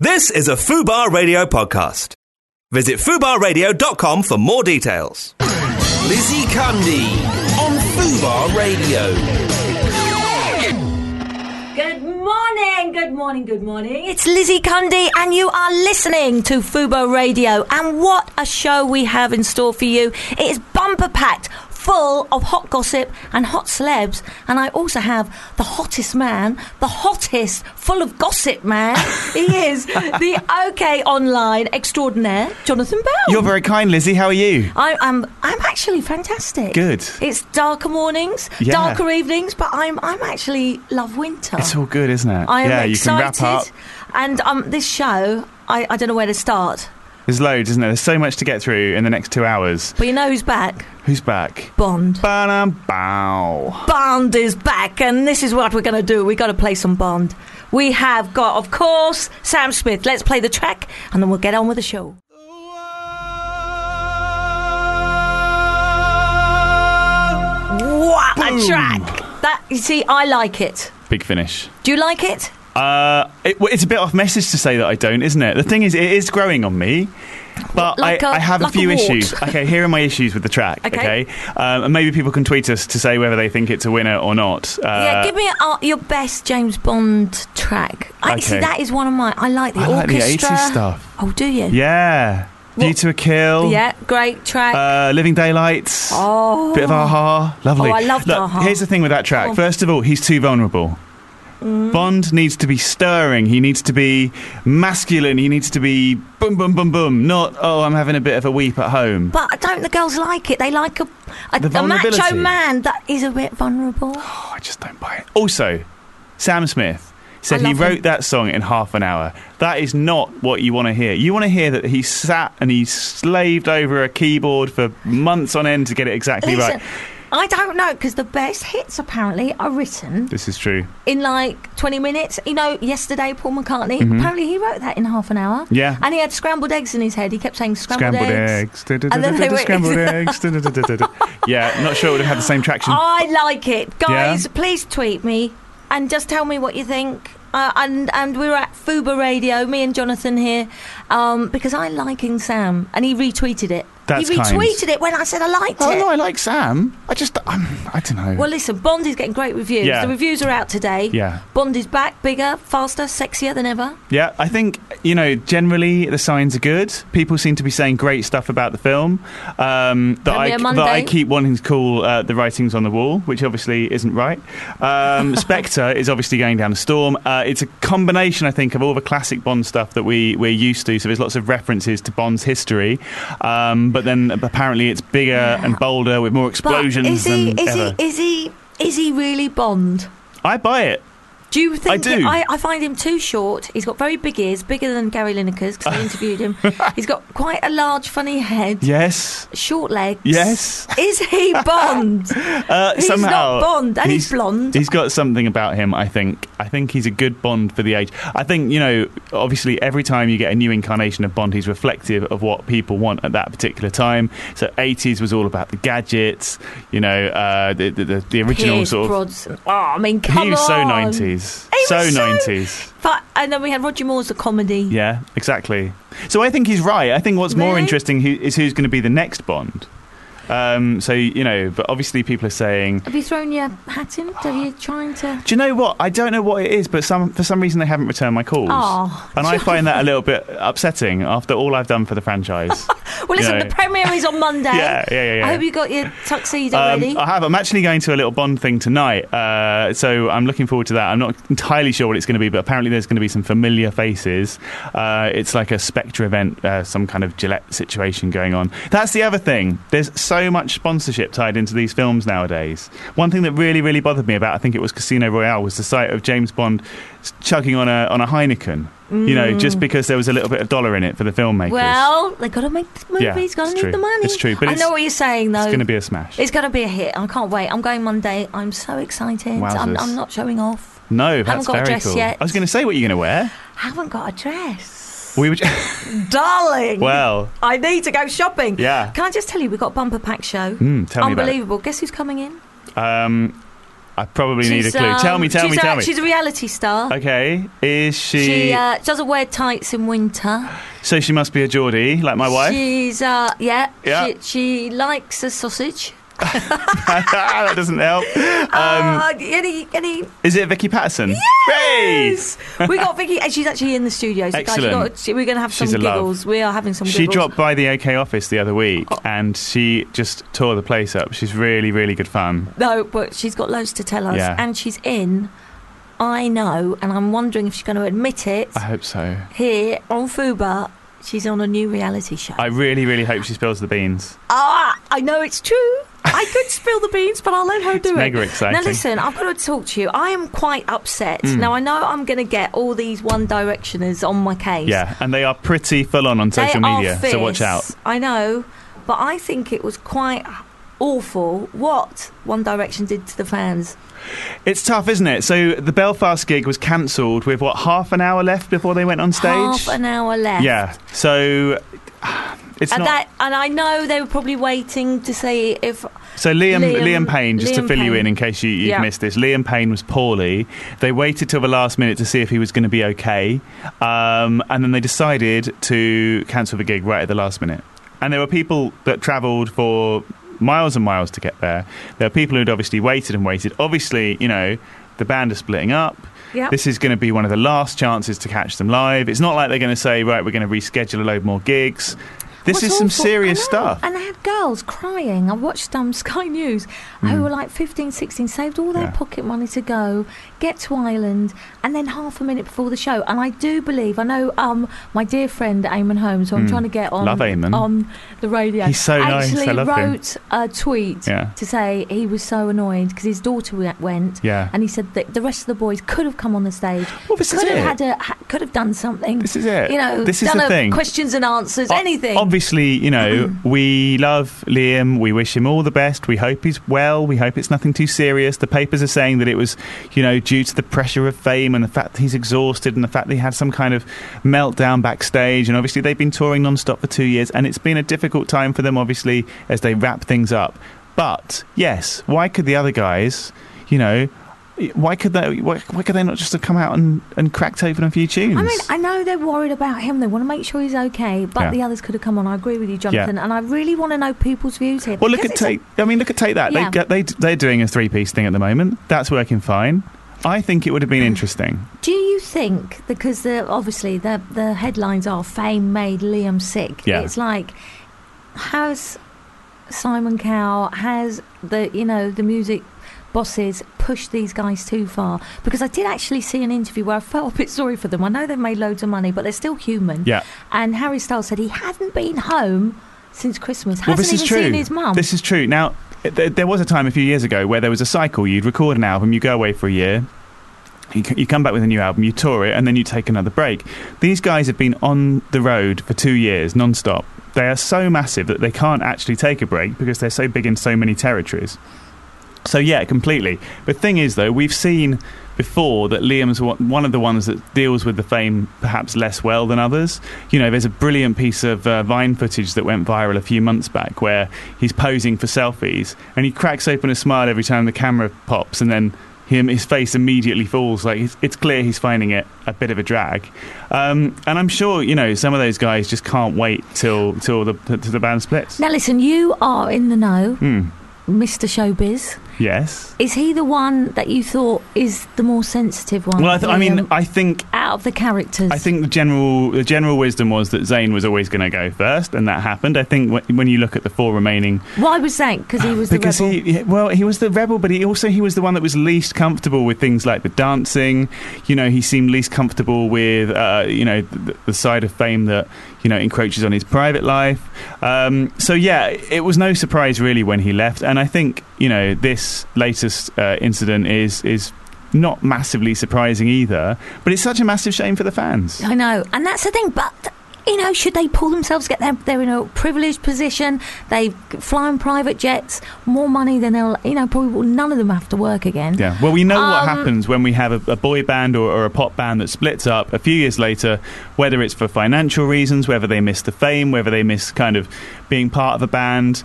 This is a FUBAR Radio podcast. Visit FUBARradio.com for more details. Lizzie Cundy on Fubar Radio. Good morning, good morning, good morning. It's Lizzie Cundy, and you are listening to Fubo Radio. And what a show we have in store for you! It is bumper packed, full of hot gossip and hot celebs. And I also have the hottest man, the hottest, full of gossip man. he is the OK Online extraordinaire, Jonathan Bell. You're very kind, Lizzie. How are you? I am. I'm actually fantastic. Good. It's darker mornings, Yeah. darker evenings, but I'm. I'm actually love winter. It's all good, isn't it? I am yeah, excited. you can wrap up. And um, this show, I, I don't know where to start. There's loads, isn't there? There's so much to get through in the next two hours. But you know who's back? Who's back? Bond. Ba-dum, bow. Bond is back, and this is what we're going to do. We've got to play some Bond. We have got, of course, Sam Smith. Let's play the track, and then we'll get on with the show. What a track! That you see, I like it. Big finish. Do you like it? Uh, it, well, it's a bit off message to say that I don't, isn't it? The thing is, it is growing on me. But I Like a- I have like a a few wart. issues. Okay, here are my issues with the track. Okay. Um, and maybe people can tweet us to say whether they think it's a winner or not. Uh, yeah, give me uh, your best James Bond track. I see Okay. that is one of mine. I like the I like the orchestra. 80s stuff. Oh, do you? Yeah. View What- to a Kill. Yeah, great track. Uh, Living Daylights. oh, Bit of aha, lovely. Oh, I loved Look, aha. Here's the thing with that track. Go on. Mm. First of all, he's too vulnerable. Bond needs to be stirring. He needs to be masculine. He needs to be boom, boom, boom, boom. Not oh, I'm having a bit of a weep at home. but don't the girls like it? They like a a, The a macho vulnerability. man that is a bit vulnerable. Oh, I just don't buy it. Also, Sam Smith said I he love wrote him. that song in half an hour. That is not what you want to hear. You want to hear that he sat and he slaved over a keyboard for months on end to get it exactly Listen, right. I don't know because the best hits apparently are written This is true. in like 20 minutes. You know, yesterday Paul McCartney apparently he wrote that in half an hour. Mm-hmm. Yeah. and he had scrambled eggs in his head. He kept saying scrambled, Scrambled eggs. eggs. Du- du- And du- then du- they du- went- Scrambled eggs. Du- du- du- du- du- du. Yeah, not sure it would have had the same traction. I like it, guys. Yeah? Please tweet me and just tell me what you think. Uh, and and we're at Fuba Radio, me and Jonathan here, um, because I liking Sam, and he retweeted it. That's he kind. retweeted it when I said I liked Oh it. no, I like Sam. I just, um, I don't know. Well, listen, Bond is getting great reviews. Yeah. The reviews are out today. Yeah. Bond is back, bigger, faster, sexier than ever. yeah, I think you know. Generally, the signs are good. People seem to be saying great stuff about the film. Um, that I Premiere that I Monday. keep wanting to call uh, the writings on the wall, which obviously isn't right. Um, Spectre is obviously going down a storm. Uh, it's a combination, I think, of all the classic Bond stuff that we we're used to. So there's lots of references to Bond's history, um, but then apparently it's bigger and bolder with more But explosions is he than is ever. he is he is he really Bond? I buy it. Do you think do. I, I find him too short. He's got very big ears, bigger than Gary Lineker's because I interviewed him. He's got quite a large, funny head, Yes. short legs. Yes. Is he Bond? Uh, He's somehow, not Bond, and he's blonde. He's got something about him. I think. I think he's a good Bond for the age. I think you know. Obviously, every time you get a new incarnation of Bond, he's reflective of what people want at that particular time. So, eighties was all about the gadgets. You know, uh, the, the, the the original Piers sort of. Brosnan. Oh, I mean, come on. he was so nineties. He So was so- nineties. But, and then we had Roger Moore's the comedy. Yeah, exactly. So I think he's right. I think what's more Really? interesting who- is who's going to be the next Bond. Um, so you know, but obviously people are saying Have you thrown your hat in? Have you trying to? Do you know what? I don't know what it is, but some for some reason they haven't returned my calls, Aw. and I find that a little bit upsetting after all I've done for the franchise. Well, listen, Yeah. the premiere is on Monday. Yeah, yeah, yeah, yeah. I hope you got your tuxedo ready. Um, I have. I'm actually going to a little Bond thing tonight, uh, so I'm looking forward to that. I'm not entirely sure what it's going to be, but apparently there's going to be some familiar faces. Uh, it's like a Spectre event, uh, some kind of Gillette situation going on. That's the other thing. There's so much sponsorship tied into these films nowadays. One thing that really, really bothered me about, I think it was Casino Royale, was the sight of James Bond chugging on a on a Heineken. You know, just because there was a little bit of dollar in it for the filmmakers. Mm. well, they got to make the movies. Yeah, got to it's need true. the money. It's true, but I it's- know what you're saying, though. it's going to be a smash. It's going to be a hit. I can't wait. I'm going Monday. I'm so excited. I'm, Wowzers. I'm not showing off. No, that's got a very dress cool. yet. I was going to say what you're going to wear. Haven't got a dress, We would. darling. well, I need to go shopping. Yeah. Can I just tell you, we got a bumper pack show. Mm, Hmm, tell me about it. Unbelievable. Guess who's coming in? um, I probably need a She's, clue. tell um, me, tell she's me, a, tell me. She's a reality star. Okay, is she? She uh, doesn't wear tights in winter. so she must be a Geordie, like my wife. She's uh, yeah. Yeah. She, she likes a sausage. that doesn't help. uh, any any Is it Vicky Patterson? Yes! Yes. we got Vicky, and she's actually in the studio. So Guys, Excellent. you got, she- we're going to have some She's a love. giggles. We are having some She giggles. dropped by the OK office the other week Oh. and she just tore the place up. She's really, really good fun. No, but she's got loads to tell us, Yeah. and she's in. I know, and I'm wondering if she's going to admit it I hope so. here on Fuba. She's on a new reality show. I really, really hope she spills the beans. Ah, I know it's true. I could spill the beans, but I'll let her do It's it. mega exciting. Hmm. Now listen, I've got to talk to you. I am quite upset. Now I know I'm going to get all these One Directioners on my case. Yeah, and they are pretty full on on social They are media, so watch fierce. out. I know, but I think it was quite awful what One Direction did to the fans. It's tough, isn't it? So the Belfast gig was cancelled with what half an hour left before they went on stage. Half an hour left. Yeah, so it's And not. that, and I know they were probably waiting to see if So Liam, Liam- Liam, Payne, just Liam to fill you Payne. in in case you, you've Yeah. missed this, Liam Payne was poorly. They waited till the last minute to see if he was going to be okay, um, and then they decided to cancel the gig right at the last minute. And there were people that travelled for miles and miles to get there. There were people who'd obviously waited and waited. Obviously, you know, the band are splitting up. Yep. This is going to be one of the last chances to catch them live. It's not like they're going to say, right, we're going to reschedule a load more gigs. This What's is some awful- serious I know, stuff. And they had girls crying. I watched um, Sky News who were like 15, 16, saved all their Hmm. Yeah. pocket money to go, get to Ireland, and then half a minute before the show. And I do believe, I know um, my dear friend Eamon Holmes, who I'm trying to get on, Hmm. Love Eamon. on the radio, He's so nice. actually I love him. wrote a tweet Yeah. to say he was so annoyed because his daughter wa- went. Yeah. And he said that the rest of the boys could have come on the stage, Well, this is could have it. had a, ha- could have done something. This is it. You know, This is done the a thing. questions and answers, O- anything. Obviously, you know, we love Liam. We wish him all the best. We hope he's well. We hope it's nothing too serious. The papers are saying that it was, you know, due to the pressure of fame and the fact that he's exhausted and the fact that he had some kind of meltdown backstage. And obviously, they've been touring non-stop for two years, and it's been a difficult time for them, obviously, as they wrap things up. But yes, why could the other guys, you know? Why could they? Why, why could they not just have come out and, and cracked open a few tunes? I mean, I know they're worried about him. They want to make sure he's okay, but Yeah. the others could have come on. I agree with you, Jonathan, and I really want to know people's views here. Well, look because at it's a- take. I mean, look at take that. Yeah. They They they they're doing a three piece thing at the moment. That's working fine. I think it would have been Mm. interesting. Do you think because the obviously the the headlines are fame made Liam sick? Yeah. It's like has Simon Cowell has the you know the music bosses pushed these guys too far? Because I did actually see an interview where I felt a bit sorry for them. I know they've made loads of money, but they're still human. Yeah. And Harry Styles said he hadn't been home since Christmas. Well, hasn't this is even true. seen his mum. This is true. Now, th- there was a time a few years ago where there was a cycle. You'd record an album, you go away for a year, you, c- you come back with a new album, you tour it, and then you take another break. These guys have been on the road for two years, non-stop. They are so massive that they can't actually take a break because they're so big in so many territories. So yeah, completely. The thing is, though, we've seen before that Liam's wa- one of the ones that deals with the fame perhaps less well than others. You know, there's a brilliant piece of uh, Vine footage that went viral a few months back where he's posing for selfies and he cracks open a smile every time the camera pops, and then him his face immediately falls. Like it's, it's clear he's finding it a bit of a drag. Um, and I'm sure you know some of those guys just can't wait till till the till the band splits. now listen, you are in the know, Hmm. Mr. Showbiz. Yes. Is he the one that you thought is the more sensitive one? Well, I, th- I mean, Oh, Liam, I think out of the characters, I think the general the general wisdom was that Zayn was always going to go first, and that happened. I think wh- when you look at the four remaining, Why was that? Because he was the because rebel. he yeah, well he was the rebel, but he also he was the one that was least comfortable with things like the dancing. You know, he seemed least comfortable with uh, you know the, the side of fame that you know encroaches on his private life. Um, so yeah, it was no surprise really when he left, and I think you know this latest uh, incident is is. Not massively surprising either, but it's such a massive shame for the fans. I know, and that's the thing. But you know, should they pull themselves? Get them? They're in a privileged position. They fly on private jets, more money than they'll. You know, probably will- none of them have to work again. Yeah. Well, we know what Um, happens when we have a, a boy band or, or a pop band that splits up a few years later, whether it's for financial reasons, whether they miss the fame, whether they miss kind of being part of a band.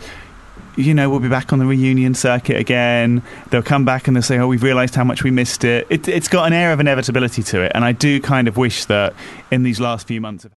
you know, we'll be back on the reunion circuit again. They'll come back and they'll say, oh, we've realised how much we missed it. it. It's got an air of inevitability to it. And I do kind of wish that in these last few months of